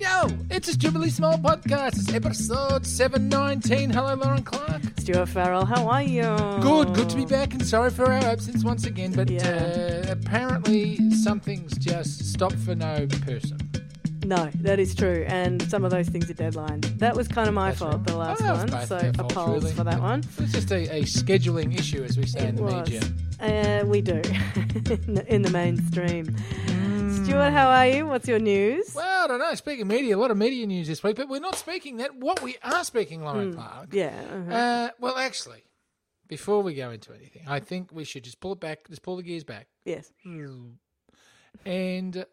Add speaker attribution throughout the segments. Speaker 1: Hello, it's a Jubilee Small Podcast. It's episode 719. Hello, Lauren Clark.
Speaker 2: Stuart Farrell, how are you?
Speaker 1: Good, good to be back, and sorry for our absence once again, but
Speaker 2: Yeah.
Speaker 1: uh, apparently something's just stopped for no person.
Speaker 2: No, that is true. And some of those things are deadline. That was kind of my
Speaker 1: That's
Speaker 2: fault,
Speaker 1: right.
Speaker 2: the last
Speaker 1: Oh,
Speaker 2: one.
Speaker 1: both
Speaker 2: So
Speaker 1: their
Speaker 2: a
Speaker 1: faults,
Speaker 2: polls
Speaker 1: really.
Speaker 2: for that one.
Speaker 1: It's just a, a scheduling issue, as we say in
Speaker 2: It
Speaker 1: the
Speaker 2: was.
Speaker 1: media.
Speaker 2: Uh, we do in, the, in the mainstream. Stuart, how are you? What's your news?
Speaker 1: Mm. Well, I don't know. Speaking of media, a lot of media news this week, but we're not speaking that. What we are speaking, Lauren Clark.
Speaker 2: Hmm. yeah. uh-huh.
Speaker 1: Uh, well, actually, before we go into anything, I think we should just pull it back, just pull the gears back.
Speaker 2: Yes.
Speaker 1: And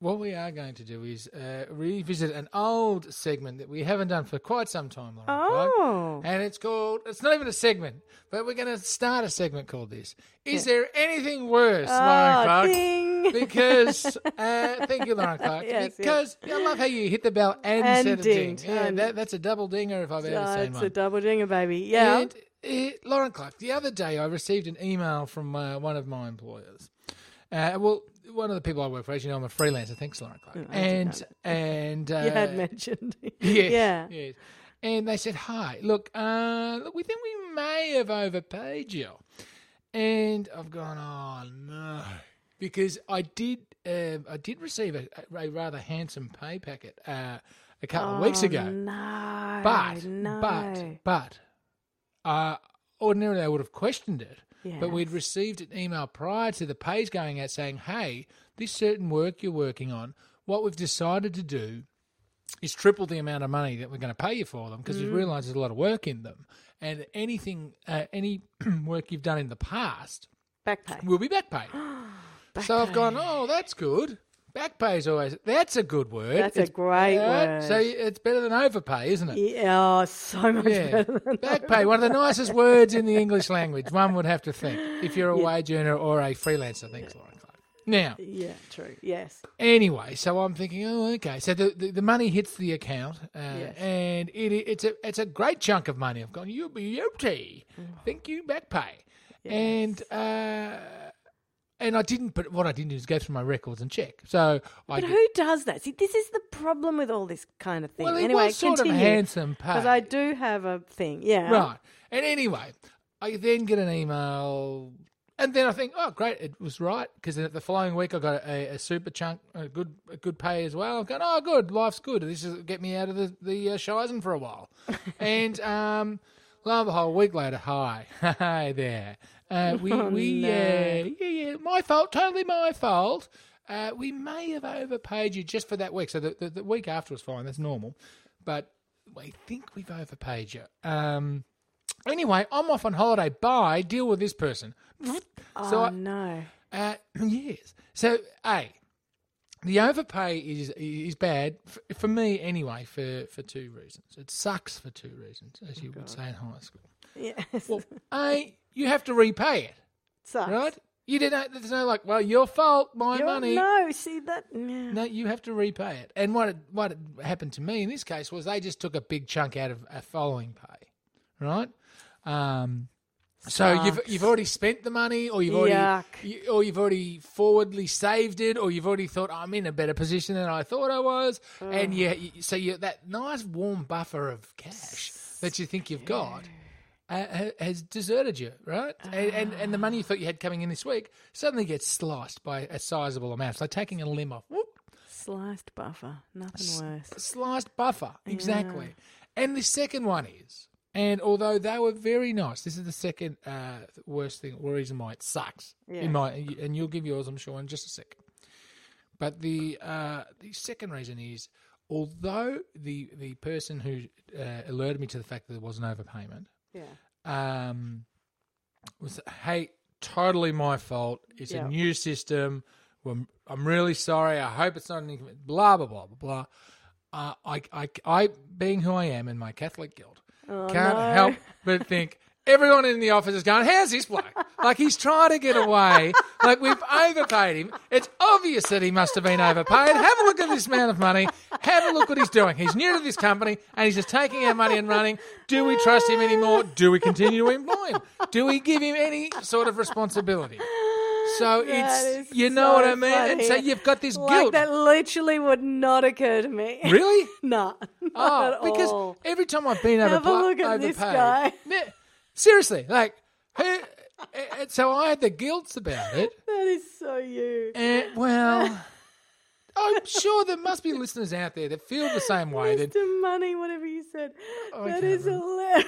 Speaker 1: what we are going to do is uh, revisit an old segment that we haven't done for quite some time, Lauren. right?
Speaker 2: Oh.
Speaker 1: And it's called, it's not even a segment, but we're going to start a segment called this. Is there anything worse, Lauren
Speaker 2: Oh,
Speaker 1: Clark?
Speaker 2: ding.
Speaker 1: Because, uh, thank you, Lauren Clark.
Speaker 2: Yes, yes.
Speaker 1: because I love how you hit the bell and,
Speaker 2: And
Speaker 1: said a ding.
Speaker 2: dinged,
Speaker 1: Yeah,
Speaker 2: and-
Speaker 1: that, that's a double dinger if I've ever
Speaker 2: Oh,
Speaker 1: seen
Speaker 2: it's
Speaker 1: one.
Speaker 2: a double dinger, baby. Yeah.
Speaker 1: And uh, Lauren Clark, the other day I received an email from uh, one of my employers. Uh, well, one of the people I work for, as you know, I'm a freelancer. Thanks, Lauren Clark.
Speaker 2: Mm,
Speaker 1: and and uh,
Speaker 2: you had mentioned.
Speaker 1: yes,
Speaker 2: yeah.
Speaker 1: yes. And they said, "Hi, look, uh, look, we think we may have overpaid you." And I've gone, "Oh no," because I did, um, I did receive a, a rather handsome pay packet uh, a couple of weeks
Speaker 2: Oh,
Speaker 1: ago.
Speaker 2: No.
Speaker 1: But
Speaker 2: no.
Speaker 1: but but uh, ordinarily I would have questioned it. But we'd
Speaker 2: Yes.
Speaker 1: received an email prior to the page going out saying, "Hey, this certain work you're working on, what we've decided to do is triple the amount of money that we're going to pay you for them because
Speaker 2: Mm.
Speaker 1: we realise there's a lot of work in them, and anything, uh, any work you've done in the past
Speaker 2: Back pay.
Speaker 1: will be back paid." so I've gone, "Oh, that's good." Back pay is always that's a good word.
Speaker 2: That's a great
Speaker 1: uh, So
Speaker 2: word.
Speaker 1: it's better than overpay, isn't it?
Speaker 2: Yeah, oh, so much
Speaker 1: Yeah.
Speaker 2: better than
Speaker 1: Back pay, one of the nicest words in the English language, one would have to think, if you're a wage earner or a freelancer. Thanks, Lauren Clark. Now,
Speaker 2: Yeah, true. Yes.
Speaker 1: anyway, so I'm thinking, oh, okay. So the, the, the money hits the account, uh,
Speaker 2: Yes.
Speaker 1: and it, it's, a, it's a great chunk of money. I've gone, you beauty.
Speaker 2: Mm-hmm.
Speaker 1: Thank you, back pay. And. Uh, and I didn't, but what I didn't do is go through my records and check. So I
Speaker 2: But
Speaker 1: did-
Speaker 2: who does that? See, this is the problem with all this kind of thing.
Speaker 1: well, it
Speaker 2: anyway,
Speaker 1: was sort
Speaker 2: continue.
Speaker 1: of handsome pay.
Speaker 2: Because I do have a thing. Yeah.
Speaker 1: Right. And anyway, I then get an email, and then I think, oh, great, it was right. Because then the following week, I got a, a super chunk, a good, a good pay as well. I'm going, oh, good, life's good. This is get me out of the the uh, shizen for a while. and um, lo and behold, a week later, hi, hi there. Uh, we we
Speaker 2: no.
Speaker 1: uh, yeah yeah, my fault, totally my fault. Uh, we may have overpaid you just for that week. So the, the, the week after was fine. That's normal. But we think we've overpaid you. Um, Anyway, I'm off on holiday. Bye. Deal with this person. so,
Speaker 2: Oh,
Speaker 1: I,
Speaker 2: no.
Speaker 1: uh, yes. So, a the overpay is is bad for, for me anyway for for two reasons. It sucks for two reasons, as you would say in high school.
Speaker 2: Yes.
Speaker 1: Well, a you have to repay it,
Speaker 2: Sucks.
Speaker 1: right? You didn't. There's no like, well, your fault, my
Speaker 2: You're-
Speaker 1: money.
Speaker 2: No, see that. Yeah.
Speaker 1: No, you have to repay it. And what it, what it happened to me in this case was they just took a big chunk out of a following pay, right? Um, so you've
Speaker 2: Sucks.
Speaker 1: you've already spent the money, or you've already,
Speaker 2: Yuck.
Speaker 1: you, or you've already forwardly saved it, or you've already thought I'm in a better position than I thought I was, and
Speaker 2: Mm.
Speaker 1: you, you so you that nice warm buffer of cash that you think you've got. Uh, ha- has deserted you, right? And, and and the money you thought you had coming in this week suddenly gets sliced by a sizable amount. It's like taking a limb off. Whoop,
Speaker 2: Sliced buffer. Nothing worse.
Speaker 1: sliced buffer exactly and the second one is and although they were very nice this is the second uh, worst thing or reason why it sucks
Speaker 2: Yeah.
Speaker 1: in my and you'll give yours i'm sure in just a second but the uh, the second reason is although the the person who uh, alerted me to the fact that there was an overpayment
Speaker 2: Yeah.
Speaker 1: um, was hey, totally my fault. It's
Speaker 2: Yeah.
Speaker 1: a new system. Well, I'm really sorry. I hope it's not an inconvenience. Blah blah blah blah blah. Uh, I, I, I, being who I am in my Catholic guilt, can't
Speaker 2: Oh, no.
Speaker 1: help but think everyone in the office is going, "How's this bloke? like he's trying to get away. Like we've overpaid him. It's obvious that he must have been overpaid. Have a look at this amount of money. Have a look what he's doing. He's new to this company and he's just taking our money and running. Do we trust him anymore? Do we continue to employ him? Do we give him any sort of responsibility?" So
Speaker 2: is
Speaker 1: it's you know what
Speaker 2: so
Speaker 1: I mean. And so
Speaker 2: funny.
Speaker 1: you've got this
Speaker 2: Like
Speaker 1: guilt,
Speaker 2: that literally would not occur to me.
Speaker 1: really?
Speaker 2: nah.
Speaker 1: Oh,
Speaker 2: not at
Speaker 1: because
Speaker 2: all.
Speaker 1: every time I've been over
Speaker 2: Have a look at this guy.
Speaker 1: seriously, like who? and so I had the guilt about it.
Speaker 2: That is so you.
Speaker 1: And, well, I'm sure there must be listeners out there that feel the same way. That
Speaker 2: Mr. Money, whatever you said.
Speaker 1: I
Speaker 2: that
Speaker 1: can't
Speaker 2: is
Speaker 1: remember.
Speaker 2: hilarious.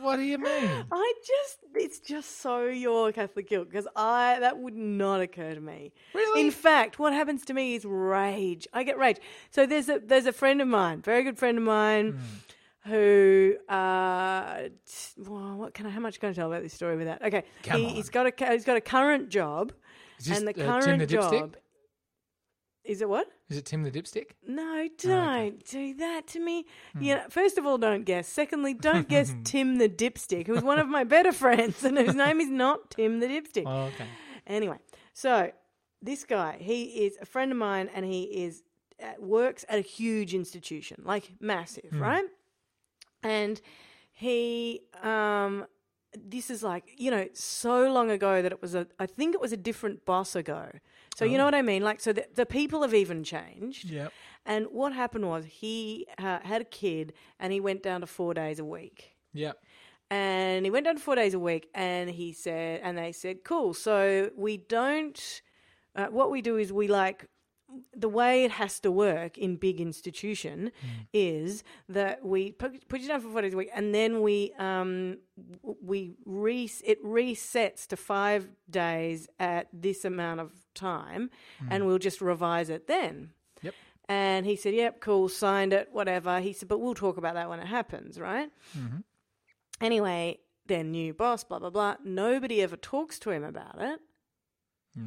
Speaker 1: what do you mean?
Speaker 2: I just, it's just so your Catholic guilt because I, that would not occur to me.
Speaker 1: Really?
Speaker 2: In fact, what happens to me is rage. I get rage. So there's a, there's a friend of mine, very good friend of mine.
Speaker 1: Hmm.
Speaker 2: Who, uh, t- well, what can I, how much can I tell about this story without? Okay.
Speaker 1: Come
Speaker 2: he,
Speaker 1: on.
Speaker 2: He's got a, cu- he's got a current job.
Speaker 1: Is this
Speaker 2: and the
Speaker 1: uh,
Speaker 2: current
Speaker 1: Tim the
Speaker 2: job.
Speaker 1: dipstick?
Speaker 2: Is it what?
Speaker 1: Is it Tim the dipstick?
Speaker 2: No, don't do that to me.
Speaker 1: Hmm.
Speaker 2: Yeah, first of all, don't guess. Secondly, don't guess Tim the Dipstick, who's one of my better friends and whose name is not Tim the Dipstick.
Speaker 1: Oh, okay.
Speaker 2: Anyway, so this guy, he is a friend of mine and he is at, works at a huge institution, like massive, right? And he um this is like, you know, so long ago that it was a I think it was a different boss ago. So you know what I mean? Like so the, the people have even changed.
Speaker 1: Yep.
Speaker 2: And what happened was he uh, had a kid and he went down to 4 days a week
Speaker 1: Yep.
Speaker 2: and he went down to four days a week and he said and they said cool so we don't uh, what we do is we like the way it has to work in big institution is that we put, put you down for four days a week and then we um w- we re- it resets to five days at this amount of time and we'll just revise it then
Speaker 1: Yep.
Speaker 2: and he said, Yep, cool, signed it, whatever. He said, But we'll talk about that when it happens, right? Anyway, their new boss, blah, blah, blah. Nobody ever talks to him about it.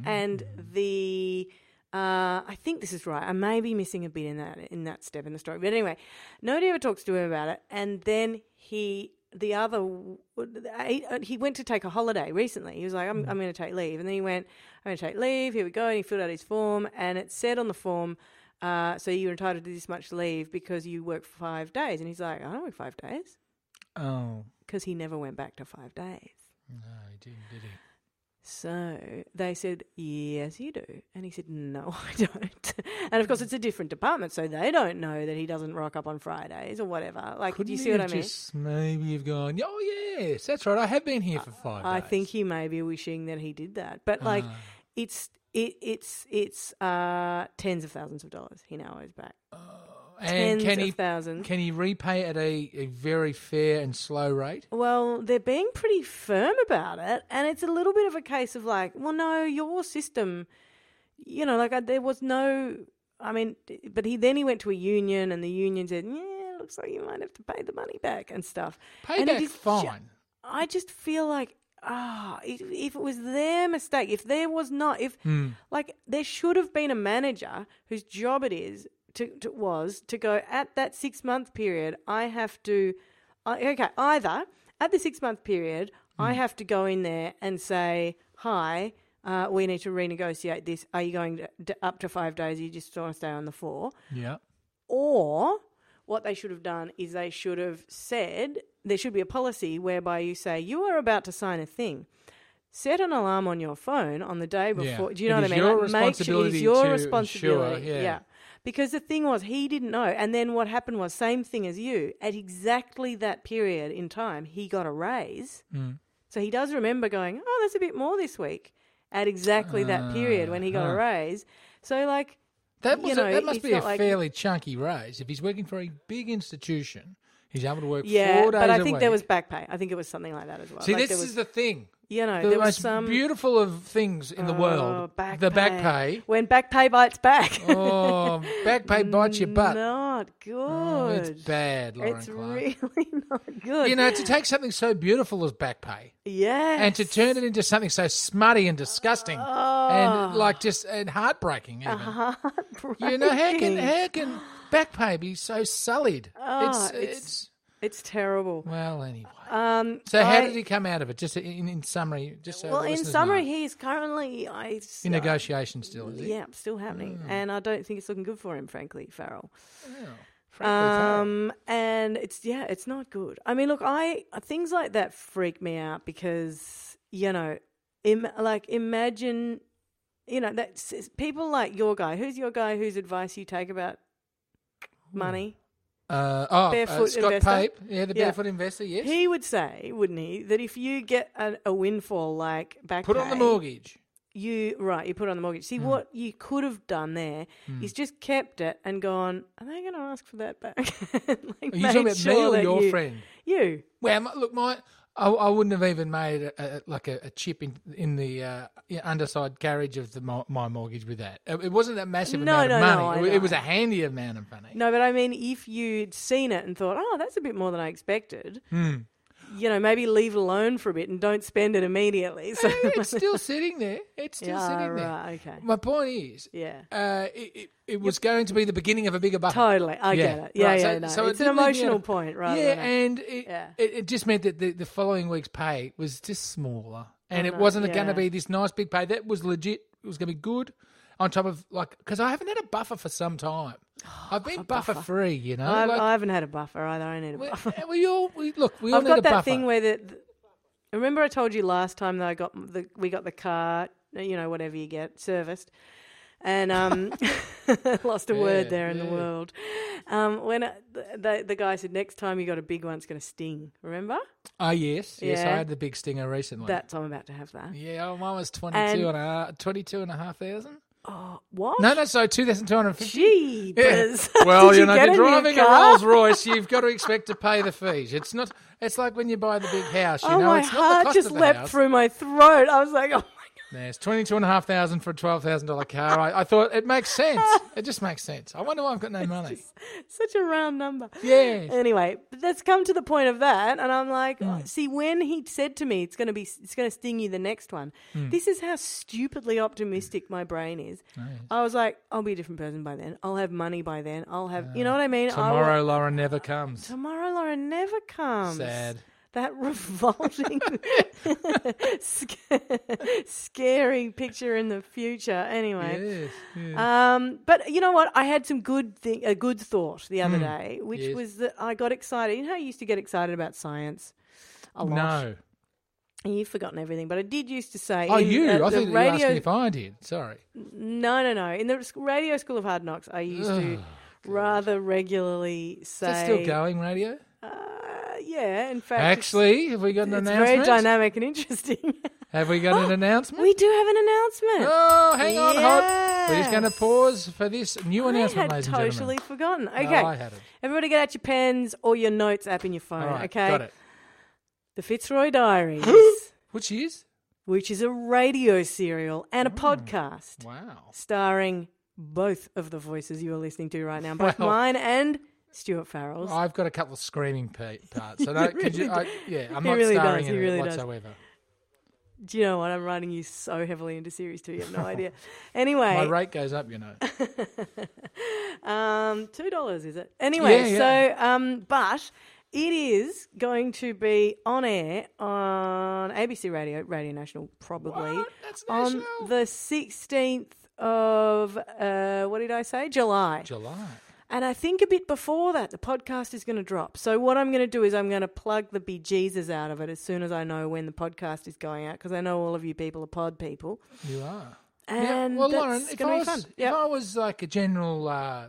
Speaker 2: And the. Uh, I think this is right. I may be missing a bit in that in that step in the story, but anyway, nobody ever talks to him about it. And then he, the other, he went to take a holiday recently. He was like, "I'm, I'm going to take leave," and then he went, "I'm going to take leave." Here we go. And he filled out his form, and it said on the form, uh, so you're entitled to this much leave because you work five days. And he's like, I don't work five days
Speaker 1: Oh,
Speaker 2: because he never went back to five days.
Speaker 1: no, he didn't, did he?
Speaker 2: So they said, Yes, you do. And he said, No, I don't. and of course, it's a different department, so they don't know that he doesn't rock up on Fridays or whatever. Like,
Speaker 1: Couldn't
Speaker 2: do you
Speaker 1: he
Speaker 2: see what I
Speaker 1: have
Speaker 2: mean?
Speaker 1: Just maybe you've gone. Oh yes, that's right. I have been here for five.
Speaker 2: I
Speaker 1: days."
Speaker 2: think he may be wishing that he did that. But, like,
Speaker 1: Ah.
Speaker 2: it's. It, it's it's uh, tens of thousands of dollars he now owes back.
Speaker 1: And
Speaker 2: tens
Speaker 1: can
Speaker 2: of
Speaker 1: he
Speaker 2: thousands.
Speaker 1: can he repay at a, a very fair and slow rate?
Speaker 2: Well, they're being pretty firm about it, and it's a little bit of a case of like, well, no, your system, you know, like I, there was no, I mean, d- but he then he went to a union, and the union said, yeah, looks like you might have to pay the money back and stuff. and
Speaker 1: Payback,
Speaker 2: is ju-
Speaker 1: fine.
Speaker 2: I just feel like. Ah, if if it was their mistake, if there was not, if like there should have been a manager whose job it is to, to was to go at that six month period. I have to, I, okay, either at the six month period, I have to go in there and say, "Hi, uh, we need to renegotiate this. Are you going to, to up to five days? You just want to stay on the four?
Speaker 1: yeah.
Speaker 2: Or what they should have done is they should have said there should be a policy whereby you say you are about to sign a thing. Set an alarm on your phone on the day before. Do you
Speaker 1: It
Speaker 2: know
Speaker 1: is
Speaker 2: what I mean?
Speaker 1: your
Speaker 2: it
Speaker 1: responsibility
Speaker 2: is
Speaker 1: to
Speaker 2: your
Speaker 1: ensure,
Speaker 2: responsibility.
Speaker 1: yeah.
Speaker 2: Because the thing was, he didn't know. And then what happened was, same thing as you. At exactly that period in time, he got a raise.
Speaker 1: Mm.
Speaker 2: So he does remember going, oh, that's a bit more this week. At exactly that
Speaker 1: Uh,
Speaker 2: period when he got a raise. So, like,
Speaker 1: That
Speaker 2: you
Speaker 1: was
Speaker 2: know,
Speaker 1: a, that must
Speaker 2: it's
Speaker 1: be a
Speaker 2: not like-
Speaker 1: fairly chunky raise. If he's working for a big institution, he's able to work
Speaker 2: Yeah,
Speaker 1: four days
Speaker 2: but I
Speaker 1: a
Speaker 2: think there
Speaker 1: week.
Speaker 2: was back pay. I think it was something like that as well.
Speaker 1: See,
Speaker 2: like
Speaker 1: this
Speaker 2: there was,
Speaker 1: is the thing.
Speaker 2: you know,
Speaker 1: The
Speaker 2: there was
Speaker 1: most
Speaker 2: some
Speaker 1: beautiful of things in the
Speaker 2: Oh,
Speaker 1: world.
Speaker 2: back
Speaker 1: the
Speaker 2: pay.
Speaker 1: back pay.
Speaker 2: when back pay bites back.
Speaker 1: Oh, back pay bites your butt.
Speaker 2: not
Speaker 1: Oh,
Speaker 2: good.
Speaker 1: it's bad, Lauren
Speaker 2: It's
Speaker 1: Clark.
Speaker 2: really not good.
Speaker 1: You know, to take something so beautiful as back pay
Speaker 2: yes,
Speaker 1: and to turn it into something so smutty and disgusting
Speaker 2: Oh,
Speaker 1: and like just and heartbreaking even.
Speaker 2: Uh-huh.
Speaker 1: You know, how can how can back pay be so sullied? it's,
Speaker 2: Oh, it's-
Speaker 1: it's
Speaker 2: it's terrible.
Speaker 1: well anyway. Um, so how
Speaker 2: I-
Speaker 1: did he come out of it? Just in, in summary, just so
Speaker 2: well,
Speaker 1: the
Speaker 2: in
Speaker 1: listeners
Speaker 2: summary,
Speaker 1: know.
Speaker 2: he's currently I
Speaker 1: in negotiation still is it?
Speaker 2: yeah, still happening,
Speaker 1: Mm.
Speaker 2: and I don't think it's looking good for him, frankly, Farrell.
Speaker 1: Um,
Speaker 2: Um, and it's yeah, it's not good. I mean, look, I things like that freak me out because you know Im- like imagine, you know, that's it's people like your guy. Who's your guy? Whose advice you take about
Speaker 1: Hmm.
Speaker 2: money?
Speaker 1: Uh, oh,
Speaker 2: Barefoot
Speaker 1: uh, Scott
Speaker 2: investor.
Speaker 1: Pape, yeah, the
Speaker 2: Yeah.
Speaker 1: barefoot investor. Yes,
Speaker 2: He would say, wouldn't he, that if you get a, a windfall like back
Speaker 1: put on the Hmm.
Speaker 2: pay,
Speaker 1: mortgage.
Speaker 2: you right, you put on the mortgage. See what you could have done there is
Speaker 1: Hmm.
Speaker 2: just kept it and gone. Are they going to ask for that back? like,
Speaker 1: Are you
Speaker 2: made
Speaker 1: talking about
Speaker 2: sure
Speaker 1: me or
Speaker 2: that
Speaker 1: your
Speaker 2: you-
Speaker 1: friend?
Speaker 2: You.
Speaker 1: Well, my- look, my I, I wouldn't have even made a, a, like a, a chip in in the uh, yeah, underside carriage of the mo- my mortgage with that. It, it wasn't that massive
Speaker 2: No,
Speaker 1: amount
Speaker 2: no,
Speaker 1: of
Speaker 2: no,
Speaker 1: money.
Speaker 2: I
Speaker 1: it, it was
Speaker 2: know.
Speaker 1: a handy amount of money.
Speaker 2: No, but I mean, if you'd seen it and thought, oh, that's a bit more than I expected,
Speaker 1: Hmm.
Speaker 2: you know, maybe leave it alone for a bit and don't spend it immediately. So,
Speaker 1: It's still sitting there. It's still
Speaker 2: Yeah,
Speaker 1: sitting there.
Speaker 2: right, okay.
Speaker 1: My point is,
Speaker 2: yeah,
Speaker 1: uh, it, it, it was going to be the beginning of a bigger bucket.
Speaker 2: totally. I get it. Yeah,
Speaker 1: right,
Speaker 2: yeah,
Speaker 1: so-
Speaker 2: no.
Speaker 1: so it
Speaker 2: it's an
Speaker 1: did leave me out
Speaker 2: emotional
Speaker 1: of-
Speaker 2: point, rather
Speaker 1: Yeah,
Speaker 2: than a-
Speaker 1: and it,
Speaker 2: Yeah.
Speaker 1: It, it just meant that the, the following week's pay was just smaller, and
Speaker 2: I
Speaker 1: it
Speaker 2: know,
Speaker 1: wasn't going
Speaker 2: yeah.
Speaker 1: to be this nice big pay. That was legit. It was going to be good. On top of like, because I haven't had a buffer for some time. I've been buffer free, you know.
Speaker 2: Oh, I've,
Speaker 1: like,
Speaker 2: I haven't had a buffer either. I need a
Speaker 1: we,
Speaker 2: buffer.
Speaker 1: we all we, look. We all
Speaker 2: I've
Speaker 1: need
Speaker 2: got
Speaker 1: a
Speaker 2: that
Speaker 1: buffer.
Speaker 2: thing where the, th- remember I told you last time that I got m- the we got the car, you know, whatever you get serviced, and um, lost a word
Speaker 1: Yeah,
Speaker 2: there in the
Speaker 1: yeah.
Speaker 2: world. Um, when I, the, the the guy said next time you got a big one, it's going to sting. Remember
Speaker 1: Ah, yes, yes. I
Speaker 2: Yeah.
Speaker 1: had the big stinger recently.
Speaker 2: that? So I'm about to have that.
Speaker 1: yeah, oh, mine was 22 and, a half, 22 and a half thousand.
Speaker 2: Oh, What?
Speaker 1: No, no, sorry, 2,250.
Speaker 2: Gee, biz.
Speaker 1: Well,
Speaker 2: Did
Speaker 1: you know,
Speaker 2: get
Speaker 1: if you're
Speaker 2: a new
Speaker 1: driving a
Speaker 2: car?
Speaker 1: Rolls Royce, you've got to expect to pay the fees. It's not. It's like when you buy the big house. You
Speaker 2: Oh,
Speaker 1: know,
Speaker 2: my
Speaker 1: it's not the
Speaker 2: heart
Speaker 1: cost
Speaker 2: just
Speaker 1: of the
Speaker 2: leapt
Speaker 1: house.
Speaker 2: through my throat. I was like, oh my god.
Speaker 1: Yeah, it's twenty two and a half thousand for a twelve thousand dollar car. I, I thought it makes sense. It just makes sense. I wonder why I've got no money.
Speaker 2: Such a round number.
Speaker 1: Yeah.
Speaker 2: Anyway, but that's come to the point of that, and I'm like, oh,
Speaker 1: Mm.
Speaker 2: see, when he said to me, "It's going to be, it's going to sting you the next one."
Speaker 1: Mm.
Speaker 2: This is how stupidly optimistic my brain is. I was like, I'll be a different person by then. I'll have money by then. I'll have, you know what I mean? I will-
Speaker 1: Tomorrow, Laura never comes.
Speaker 2: tomorrow, Lauren never comes.
Speaker 1: Sad.
Speaker 2: That revolting, sc- scary picture in the future. Anyway,
Speaker 1: Yes. yeah.
Speaker 2: um, but you know what? I had some good thing, a good thought the other day, which
Speaker 1: Hmm. Yes.
Speaker 2: was that I got excited. You know, how I used to get excited about science a lot.
Speaker 1: No.
Speaker 2: And you've forgotten everything, but I did used to say.
Speaker 1: Oh,
Speaker 2: in,
Speaker 1: you?
Speaker 2: uh,
Speaker 1: I
Speaker 2: the
Speaker 1: thought you were
Speaker 2: radio.
Speaker 1: asking if I did. Sorry.
Speaker 2: no, no, no. In the s- radio school of hard knocks, I used to rather regularly say.
Speaker 1: Is that still going, radio?
Speaker 2: Uh, yeah, in fact, it's-
Speaker 1: Actually, have we got an
Speaker 2: it's, very
Speaker 1: announcement?
Speaker 2: dynamic and interesting.
Speaker 1: Have we
Speaker 2: Oh,
Speaker 1: got an announcement?
Speaker 2: we do have an announcement.
Speaker 1: Oh, hang on, hold. We're just going to
Speaker 2: Yes.
Speaker 1: pause for this new
Speaker 2: I
Speaker 1: announcement,
Speaker 2: had
Speaker 1: ladies
Speaker 2: totally
Speaker 1: and gentlemen.
Speaker 2: forgotten. Okay,
Speaker 1: I hadn't.
Speaker 2: everybody, get out your pens or your notes app in your phone.
Speaker 1: All right,
Speaker 2: okay,
Speaker 1: got it.
Speaker 2: The Fitzroy Diaries,
Speaker 1: Which is
Speaker 2: which is a radio serial and a podcast
Speaker 1: Mm. wow.
Speaker 2: starring both of the voices you are listening to right now, both
Speaker 1: Well- Oh.
Speaker 2: mine and Stuart Farrell's.
Speaker 1: I've got a couple of screaming pa- parts, so no, could you, I, yeah, I'm
Speaker 2: He
Speaker 1: not
Speaker 2: really
Speaker 1: starring
Speaker 2: does,
Speaker 1: in
Speaker 2: he
Speaker 1: it
Speaker 2: really does.
Speaker 1: whatsoever.
Speaker 2: Do you know what? I'm writing you so heavily into series two. You have no idea. Anyway,
Speaker 1: My rate goes up, you know.
Speaker 2: Um, two dollars is it? Anyway,
Speaker 1: Yeah,
Speaker 2: so um, but it is going to be on air on ABC Radio, Radio National, probably
Speaker 1: What? That's
Speaker 2: on
Speaker 1: national.
Speaker 2: the sixteenth of uh, what did I say? July.
Speaker 1: July.
Speaker 2: And I think a bit before that, the podcast is going to drop. So what I'm going to do is I'm going to plug the bejesus out of it as soon as I know when the podcast is going out because I know all of you people are pod people.
Speaker 1: You are.
Speaker 2: And
Speaker 1: well,
Speaker 2: that's
Speaker 1: Lauren, if
Speaker 2: gonna
Speaker 1: I,
Speaker 2: be
Speaker 1: was,
Speaker 2: fun.
Speaker 1: if
Speaker 2: Yep.
Speaker 1: I was like a general uh,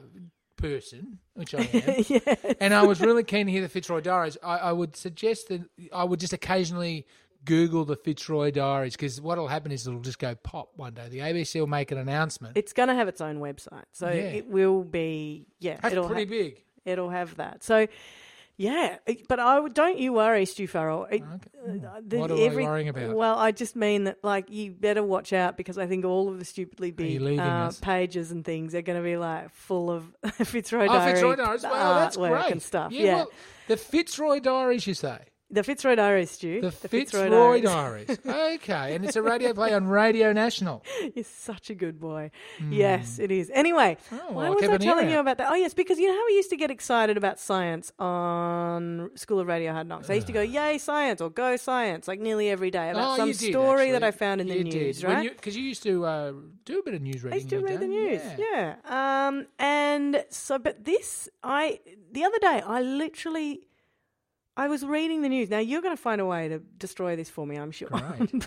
Speaker 1: person, which I am, and I was really keen to hear the Fitzroy Diaries, I, I would suggest that I would just occasionally Google the Fitzroy Diaries because what will happen is it'll just go pop one day. The ABC will make an announcement.
Speaker 2: It's going to have its own website, so
Speaker 1: Yeah.
Speaker 2: it will be yeah.
Speaker 1: That's
Speaker 2: it'll
Speaker 1: pretty
Speaker 2: ha-
Speaker 1: big.
Speaker 2: it'll have that. So yeah, it- but I would- don't you worry, Stu Farrell. It- uh, the-
Speaker 1: Hmm. What am I worrying about?
Speaker 2: Well, I just mean that like you better watch out because I think all of the stupidly big
Speaker 1: leaving
Speaker 2: uh,
Speaker 1: us?
Speaker 2: pages and things are going to be like full of Fitzroy
Speaker 1: Oh,
Speaker 2: Diary
Speaker 1: Fitzroy Diaries. Wow, that's
Speaker 2: artwork
Speaker 1: great.
Speaker 2: uh, and stuff. Yeah,
Speaker 1: Yeah, Well, the Fitzroy Diaries, you say?
Speaker 2: the Fitzroy Diaries, Stu.
Speaker 1: The, Fitzroy, Diaries. okay, and it's a radio play on Radio National.
Speaker 2: You're such a good boy.
Speaker 1: Hmm.
Speaker 2: Yes, it is. Anyway,
Speaker 1: well,
Speaker 2: why
Speaker 1: I'll
Speaker 2: was
Speaker 1: keep
Speaker 2: I
Speaker 1: Oh, an ear
Speaker 2: telling you
Speaker 1: out.
Speaker 2: about that? Oh, yes, because you know how we used to get excited about science on School of Radio Hard Knocks? I used to go, yay, science, or go science, like nearly every day about
Speaker 1: oh,
Speaker 2: some
Speaker 1: you did,
Speaker 2: story
Speaker 1: actually.
Speaker 2: that I found in the
Speaker 1: you
Speaker 2: news,
Speaker 1: did.
Speaker 2: right?
Speaker 1: Because you, used to uh, do a bit of news reading.
Speaker 2: I used to
Speaker 1: in your
Speaker 2: read
Speaker 1: day.
Speaker 2: the news, yeah. Um, and so, but this, I the other day, I literally, I was reading the news. Now you're going to find a way to destroy this for me, I'm sure.
Speaker 1: Great.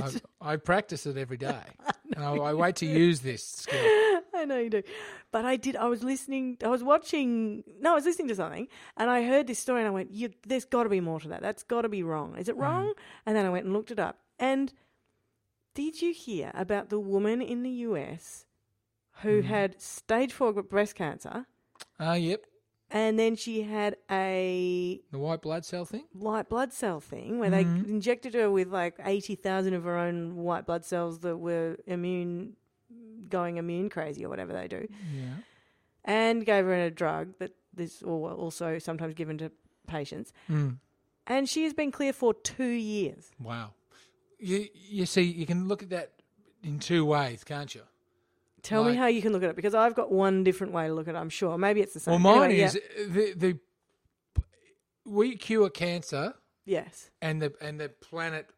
Speaker 1: I, I practice it every day. and I, I wait to use this skill.
Speaker 2: I know you do. But I did. I was listening. I was watching. No, I was listening to something, and I heard this story, and I went, you, "There's got to be more to that. That's got to be wrong. Is it wrong?" And then I went and looked it up. And did you hear about the woman in the U.S. who had stage four breast cancer,
Speaker 1: Ah, yep.
Speaker 2: and then she had a
Speaker 1: The white blood cell thing.
Speaker 2: white blood cell thing where
Speaker 1: Mm-hmm.
Speaker 2: they injected her with like 80,000 of her own white blood cells that were immune going immune crazy or whatever they do
Speaker 1: Yeah.
Speaker 2: and gave her a drug that is al- also sometimes given to patients
Speaker 1: Mm.
Speaker 2: and she has been clear for 2 years
Speaker 1: Wow. You you see, you can look at that in two ways, can't you?
Speaker 2: tell
Speaker 1: Right.
Speaker 2: me how you can look at it because I've got one different way to look at it I'm sure maybe it's the
Speaker 1: Well,
Speaker 2: same
Speaker 1: mine
Speaker 2: Anyway, yeah.
Speaker 1: is uh, the the we cure cancer,
Speaker 2: yes
Speaker 1: and the and the planet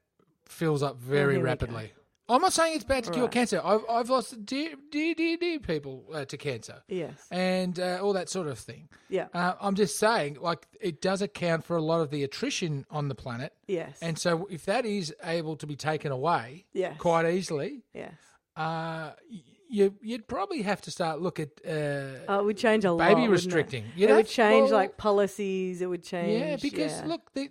Speaker 1: fills up very
Speaker 2: Oh, here we go.
Speaker 1: rapidly. I'm not saying it's bad to cure
Speaker 2: Right.
Speaker 1: cancer. I've I've lost dear dear dear dear people uh, to cancer,
Speaker 2: yes
Speaker 1: and uh, all that sort of thing.
Speaker 2: yeah
Speaker 1: Uh, I'm just saying, like it does account for a lot of the attrition on the planet,
Speaker 2: yes
Speaker 1: and so if that is able to be taken away
Speaker 2: Yes.
Speaker 1: quite easily,
Speaker 2: yes
Speaker 1: uh, y- you you'd probably have to start look at uh,
Speaker 2: oh, it would change a lot
Speaker 1: baby
Speaker 2: wouldn't it?
Speaker 1: restricting.
Speaker 2: it,
Speaker 1: You'd have-
Speaker 2: would change
Speaker 1: well,
Speaker 2: like policies it would change
Speaker 1: yeah, because
Speaker 2: yeah.
Speaker 1: look, the,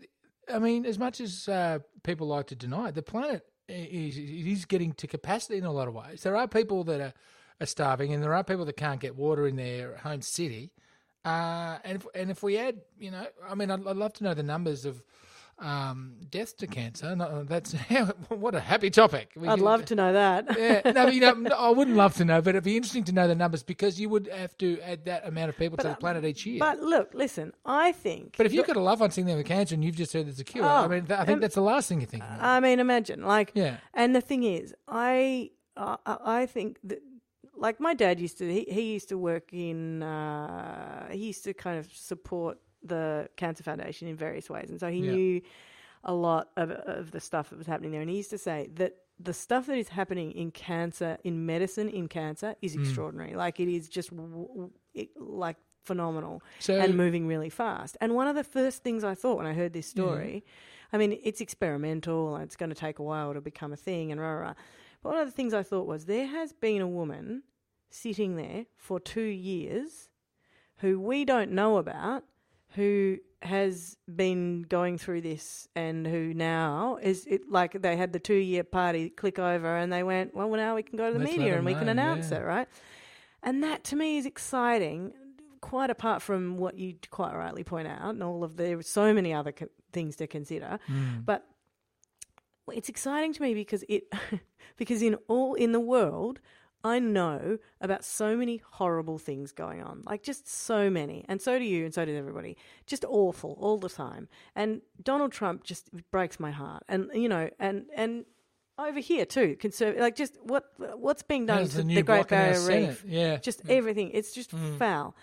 Speaker 1: I mean, as much as uh, people like to deny it, the planet i- is it is getting to capacity in a lot of ways. There are people that are, are starving, and there are people that can't get water in their home city. Uh, and if, and if we add, you know, I mean, I'd, I'd love to know the numbers of um, deaths to cancer. No, that's what a happy topic. We
Speaker 2: I'd
Speaker 1: can-
Speaker 2: love to know that.
Speaker 1: Yeah, no, but you know, no, I wouldn't love to know, but it'd be interesting to know the numbers because you would have to add that amount of people to the planet each year.
Speaker 2: uh, But look, listen, I think.
Speaker 1: But if you've got a loved one sitting there with cancer and you've just heard there's a cure, I
Speaker 2: Oh, Uh,
Speaker 1: mean, th- I think that's the last thing you're thinking. of.
Speaker 2: I mean, imagine like.
Speaker 1: Yeah.
Speaker 2: And the thing is, I I, I think that like my dad used to. He, he used to work in. Uh, he used to kind of support the Cancer Foundation in various ways, and so he
Speaker 1: Yeah.
Speaker 2: knew a lot of, of the stuff that was happening there. And he used to say that the stuff that is happening in cancer, in medicine, in cancer,
Speaker 1: Mm.
Speaker 2: is extraordinary. Like it is just w- w- it, like phenomenal
Speaker 1: So-
Speaker 2: and moving really fast. And one of the first things I thought when I heard this story, I mean, it's experimental. and It's going to take a while to become a thing, and rah rah. rah. But one of the things I thought was there has been a woman sitting there for two years who we don't know about who has been going through this and who now is it like they had the two year party click over and they went well now we can go to the
Speaker 1: Let's let
Speaker 2: media
Speaker 1: them
Speaker 2: and we can
Speaker 1: know,
Speaker 2: announce
Speaker 1: yeah.
Speaker 2: it right and that to me is exciting quite apart from what you quite rightly point out and all of the so many other co- things to consider
Speaker 1: Mm.
Speaker 2: but it's exciting to me because it because in all in the world I know about so many horrible things going on, like just so many, and so do you, and so does everybody. Just awful all the time. And Donald Trump just breaks my heart, and you know, and and over here too, conserv like just what what's being done
Speaker 1: There's
Speaker 2: to
Speaker 1: the
Speaker 2: the,
Speaker 1: new
Speaker 2: Great
Speaker 1: block in our
Speaker 2: Barrier
Speaker 1: Senate,
Speaker 2: Reef,
Speaker 1: yeah. Mm.
Speaker 2: just everything. It's just foul.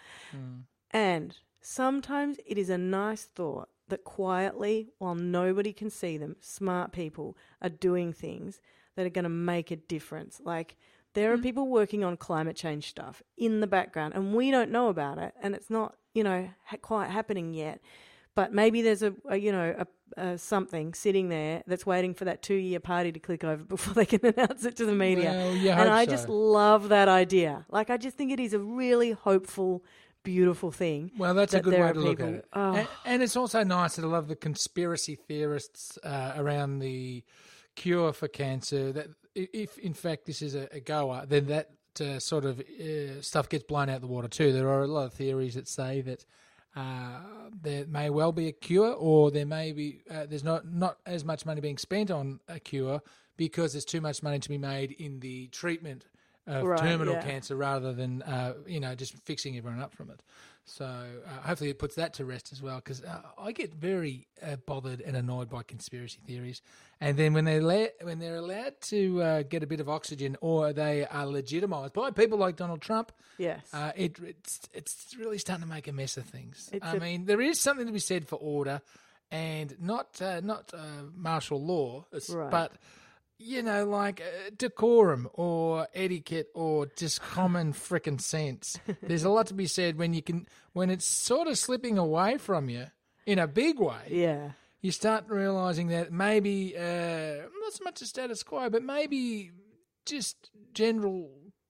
Speaker 2: And sometimes it is a nice thought that quietly, while nobody can see them, smart people are doing things that are going to make a difference. Like there are
Speaker 1: Mm-hmm.
Speaker 2: people working on climate change stuff in the background, and we don't know about it, and it's not, you know, ha- quite happening yet. But maybe there's a, a you know a, a something sitting there that's waiting for that two year party to click over before they can announce it to the media.
Speaker 1: Well, you
Speaker 2: and
Speaker 1: hope
Speaker 2: I
Speaker 1: so.
Speaker 2: just love that idea. Like I just think it is a really hopeful, beautiful thing.
Speaker 1: Well, that's a
Speaker 2: that
Speaker 1: good
Speaker 2: there
Speaker 1: way
Speaker 2: are
Speaker 1: to look at
Speaker 2: people-
Speaker 1: it.
Speaker 2: Oh.
Speaker 1: And, and it's also nice that a lot of the conspiracy theorists uh, around the cure for cancer, that i- if in fact this is a, a goer, then that uh, sort of uh, stuff gets blown out the water too. There are a lot of theories that say that. Uh, there may well be a cure, or there may be uh, there's not not as much money being spent on a cure because there's too much money to be made in the treatment of
Speaker 2: Right,
Speaker 1: terminal
Speaker 2: yeah.
Speaker 1: cancer cancer rather than uh, you know just fixing everyone up from it. So uh, hopefully it puts that to rest as well because uh, I get very uh, bothered and annoyed by conspiracy theories, and then when they're la- when they're allowed to uh, get a bit of oxygen or they are legitimised by people like Donald Trump.
Speaker 2: Yes.
Speaker 1: Uh, it, it's it's really starting to make a mess of things.
Speaker 2: It's
Speaker 1: I
Speaker 2: a-
Speaker 1: mean, there is something to be said for order, and not uh, not uh, martial law, s-
Speaker 2: Right.
Speaker 1: but you know, like uh, decorum or etiquette or just common frickin' sense. There's a lot to be said when you can when it's sort of slipping away from you, in a big way,
Speaker 2: Yeah.
Speaker 1: you start realizing that maybe uh, not so much a status quo, but maybe just general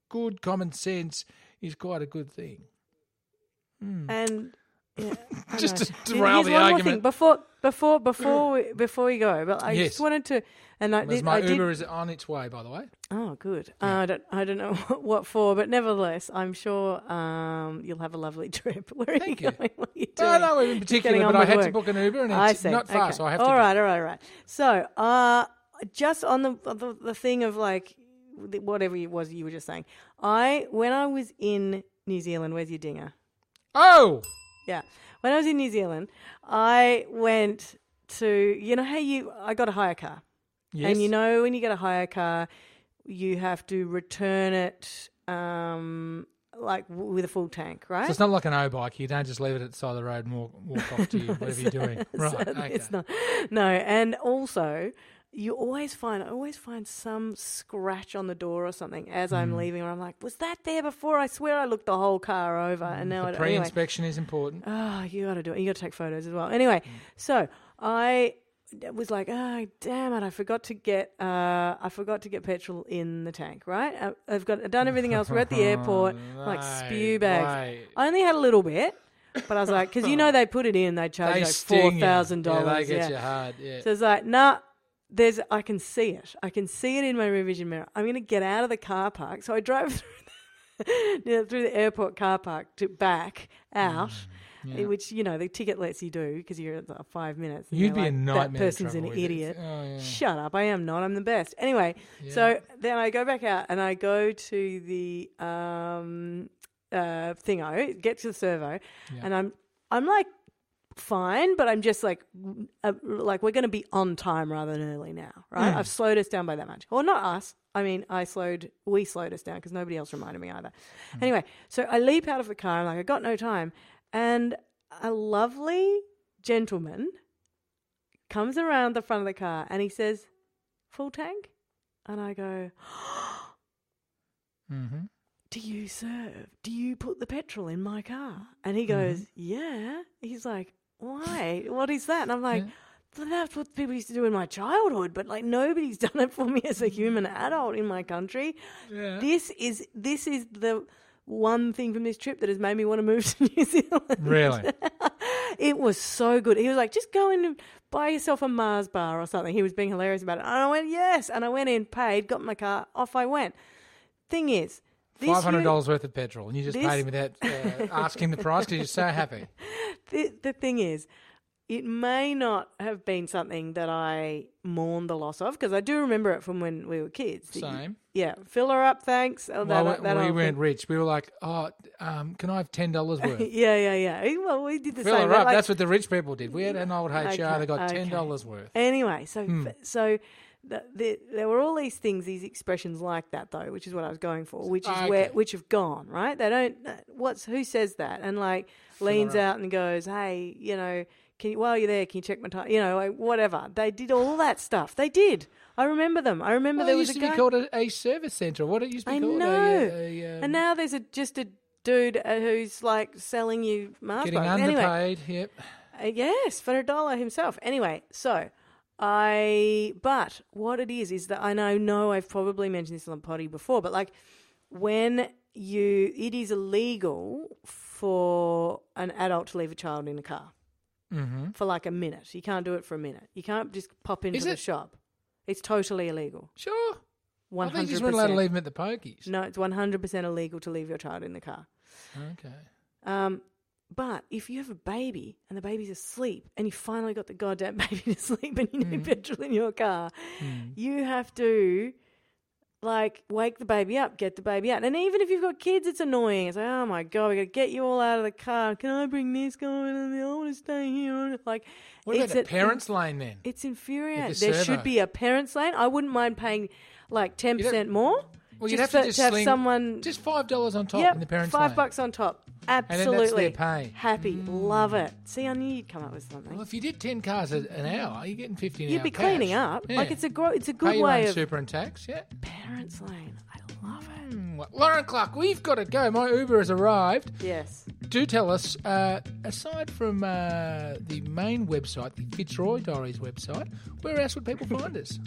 Speaker 1: good common sense is quite a good thing.
Speaker 2: And yeah, I
Speaker 1: Just
Speaker 2: know.
Speaker 1: Hmm. to
Speaker 2: Here's
Speaker 1: derail the
Speaker 2: one more
Speaker 1: argument.
Speaker 2: thing. before before before we, before we go, but I
Speaker 1: Yes.
Speaker 2: just wanted to, and I
Speaker 1: Because
Speaker 2: did.
Speaker 1: my
Speaker 2: I did
Speaker 1: Uber is on its way, by the way.
Speaker 2: oh, good. Uh, I don't I don't know what for, but nevertheless, I'm sure um, you'll have a lovely trip. Where are
Speaker 1: Thank
Speaker 2: you
Speaker 1: you.
Speaker 2: going? What are you doing?
Speaker 1: No, no, in
Speaker 2: Getting
Speaker 1: particular,
Speaker 2: on
Speaker 1: but I
Speaker 2: with
Speaker 1: had to
Speaker 2: work.
Speaker 1: book an Uber, and
Speaker 2: I
Speaker 1: it's
Speaker 2: see.
Speaker 1: not far,
Speaker 2: Okay.
Speaker 1: so I have to.
Speaker 2: All
Speaker 1: go.
Speaker 2: right, all right, all right. So, uh, just on the, the the thing of like th- whatever it was you were just saying, I when I was in New Zealand, where's your dinger?
Speaker 1: Oh,
Speaker 2: Yeah, when I was in New Zealand, I went to you know how you I got a hire car,
Speaker 1: yes.
Speaker 2: and you know when you get a hire car, you have to return it um like w- with a full tank, right?
Speaker 1: So it's not like an O bike. You don't just leave it at the side of the road and walk, walk off to you, whatever you're doing. Right. Okay.
Speaker 2: It's not. No, and also you always find I always find some scratch on the door or something as
Speaker 1: Hmm.
Speaker 2: I'm leaving, and I'm like, was that there before? I swear I looked the whole car over, and now I
Speaker 1: Hmm, the
Speaker 2: don't. Anyway,
Speaker 1: pre-inspection is important.
Speaker 2: oh, you got to do it. You got to take photos as well.
Speaker 1: Hmm.
Speaker 2: Anyway, so I was like, oh damn it, I forgot to get uh, I forgot to get petrol in the tank. Right, I, I've got I've done everything else. We're at the airport, like spew
Speaker 1: No
Speaker 2: bags.
Speaker 1: way.
Speaker 2: I only had a little bit. But I was like, because you know they put it in, they charge
Speaker 1: They
Speaker 2: you like
Speaker 1: sting
Speaker 2: four
Speaker 1: you.
Speaker 2: thousand
Speaker 1: Yeah,
Speaker 2: dollars.
Speaker 1: they get you hard. Yeah.
Speaker 2: So it's like, nah, there's I can see it. I can see it in my rear vision mirror. I'm gonna get out of the car park. So I drove through the, you know, through the airport car park to back out.
Speaker 1: Mm,
Speaker 2: eh, Which you know the ticket lets you do because you're at like five minutes. and
Speaker 1: You'd be
Speaker 2: they're
Speaker 1: a
Speaker 2: like,
Speaker 1: nightmare.
Speaker 2: That
Speaker 1: to
Speaker 2: person's an
Speaker 1: travel with.
Speaker 2: idiot.
Speaker 1: Oh, yeah.
Speaker 2: Shut up! I am not. I'm the best. Anyway, so then I go back out and I go to the um, uh, thingo, get to the servo, and I'm I'm like fine, but I'm just like uh, like we're going to be on time rather than early now, right? I've slowed us down by that much, or not us. I mean, I slowed, we slowed us down because nobody else reminded me either. Anyway, so I leap out of the car. I'm like, I got no time, and a lovely gentleman comes around the front of the car and he says, "Full tank," and I go.
Speaker 1: Mhm.
Speaker 2: do you serve? Do you put the petrol in my car? And he goes, yeah. He's like, why? What is that? And I'm like, "Well, that's what people used to do in my childhood, but like nobody's done it for me as a human adult in my country.
Speaker 1: Yeah.
Speaker 2: This is this is the one thing from this trip that has made me want to move to New Zealand.
Speaker 1: Really?
Speaker 2: It was so good. He was like, just go in and buy yourself a Mars bar or something. He was being hilarious about it. And I went, yes. And I went in, paid, got my car, off I went. Thing is, this
Speaker 1: Five hundred
Speaker 2: uni-
Speaker 1: dollars worth of petrol, and you just paid him
Speaker 2: this-
Speaker 1: without uh, asking the price because you're so happy.
Speaker 2: the, the thing is, it may not have been something that I mourn the loss of because I do remember it from when we were kids. that you-
Speaker 1: Same.
Speaker 2: yeah, fill her up, thanks. Oh, that,
Speaker 1: Well, we-
Speaker 2: that
Speaker 1: we
Speaker 2: old
Speaker 1: weren't
Speaker 2: thing.
Speaker 1: rich. We were like, oh, um, can I have ten dollars worth?
Speaker 2: Yeah, yeah, yeah. Eh, Well, we did the
Speaker 1: Fill
Speaker 2: same.
Speaker 1: her
Speaker 2: but
Speaker 1: up.
Speaker 2: like-
Speaker 1: That's what the rich people did. We had an old HR. they got
Speaker 2: okay.
Speaker 1: ten dollars worth.
Speaker 2: Anyway, so
Speaker 1: Hmm.
Speaker 2: so the, the, there were all these things, these expressions like that though, which is what I was going for, which is where
Speaker 1: Ah, Okay.
Speaker 2: which have gone right. They don't. uh, What's who says that and like leans out and goes, hey, you know, can you, while you're there, can you check my time? You know, like, whatever. They did all that stuff. They did. I remember them. I remember
Speaker 1: Well,
Speaker 2: there
Speaker 1: it
Speaker 2: was
Speaker 1: used
Speaker 2: a
Speaker 1: to
Speaker 2: guy.
Speaker 1: be called a, a service centre. What it used to be
Speaker 2: I
Speaker 1: called? A,
Speaker 2: know.
Speaker 1: uh, a, um,
Speaker 2: and now there's a just a dude uh, who's like selling you Mars
Speaker 1: getting
Speaker 2: bars.
Speaker 1: underpaid.
Speaker 2: Anyway,
Speaker 1: Yep.
Speaker 2: Uh, yes, for a dollar himself. Anyway, so I. But what it is is that, and I know I've probably mentioned this on the potty before, but like when you, it is illegal for an adult to leave a child in a car
Speaker 1: Mm-hmm.
Speaker 2: for like a minute. You can't do it for a minute. You can't just pop into
Speaker 1: Is
Speaker 2: the
Speaker 1: it?
Speaker 2: shop. It's totally illegal.
Speaker 1: Sure.
Speaker 2: One
Speaker 1: I think you
Speaker 2: hundred
Speaker 1: just weren't allowed to
Speaker 2: percent.
Speaker 1: leave them at the pokies.
Speaker 2: No, it's one hundred percent illegal to leave your child in the car.
Speaker 1: Okay.
Speaker 2: Um, but if you have a baby and the baby's asleep and you finally got the goddamn baby to sleep and you
Speaker 1: Hmm.
Speaker 2: need petrol in your car, you have to like wake the baby up, get the baby out. And even if you've got kids, it's annoying. It's like, oh my god, we gotta get you all out of the car. Can I bring this going? And I want to stay here. Like,
Speaker 1: What
Speaker 2: it's
Speaker 1: about the
Speaker 2: an-
Speaker 1: parents' lane then?
Speaker 2: It's infuriating.
Speaker 1: the
Speaker 2: there
Speaker 1: servo?
Speaker 2: should be a parents' lane. I wouldn't mind paying like ten percent more.
Speaker 1: Well,
Speaker 2: just
Speaker 1: you'd have
Speaker 2: for,
Speaker 1: to just
Speaker 2: have
Speaker 1: sling-
Speaker 2: someone
Speaker 1: Just five dollars on top
Speaker 2: Yep,
Speaker 1: in the parents'
Speaker 2: five
Speaker 1: lane.
Speaker 2: bucks on top.
Speaker 1: that's
Speaker 2: Absolutely.
Speaker 1: their pay. Mm.
Speaker 2: Happy. Love it. See, I knew you'd come up with something.
Speaker 1: Well, if you did ten cars a- an hour, you're getting fifteen.
Speaker 2: you'd be cleaning up. Like it's a gro- it's a good
Speaker 1: Pay your
Speaker 2: way
Speaker 1: own
Speaker 2: of
Speaker 1: super and tax. Yeah.
Speaker 2: parents lane. I Love it.
Speaker 1: Hmm, well, Lauren Clark, we've got to go. My Uber has arrived.
Speaker 2: Yes.
Speaker 1: Do tell us, uh, aside from uh, the main website, the Fitzroy Diaries website, where else would people find us?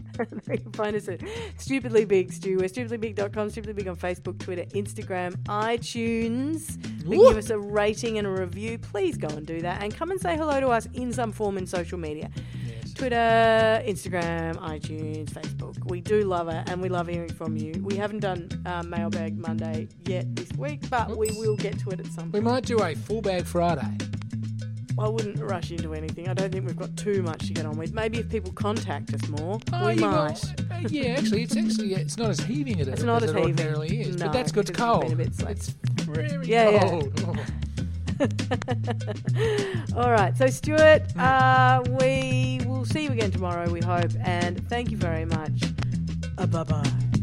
Speaker 2: they can find us at Stupidly Big Stu. We're stupidlybig.com, Stupidly Big on Facebook, Twitter, Instagram, iTunes. They
Speaker 1: Woo!
Speaker 2: give us a rating and a review. Please go and do that. And come and say hello to us in some form in social media.
Speaker 1: Yes.
Speaker 2: Twitter, Instagram, iTunes, Facebook. We do love it and we love hearing from you. We haven't done uh, Mailbag Monday yet this week, but we
Speaker 1: Oops.
Speaker 2: will get to it at some
Speaker 1: We
Speaker 2: point.
Speaker 1: might do a full bag Friday.
Speaker 2: I wouldn't rush into anything. I don't think we've got too much to get on with. Maybe if people contact us more,
Speaker 1: Oh,
Speaker 2: we
Speaker 1: you
Speaker 2: might.
Speaker 1: got- uh, yeah, actually, it's actually it's not as heaving as it,
Speaker 2: It's not
Speaker 1: as
Speaker 2: as
Speaker 1: it
Speaker 2: heaving.
Speaker 1: ordinarily is,
Speaker 2: No,
Speaker 1: but that's good. It's
Speaker 2: 'cause
Speaker 1: cold.
Speaker 2: it's been a bit slow.
Speaker 1: it's very
Speaker 2: Yeah, yeah.
Speaker 1: cold. Oh.
Speaker 2: All right. So, Stuart,
Speaker 1: Mm.
Speaker 2: uh, we will see you again tomorrow, we hope. And thank you very much. Uh, bye bye.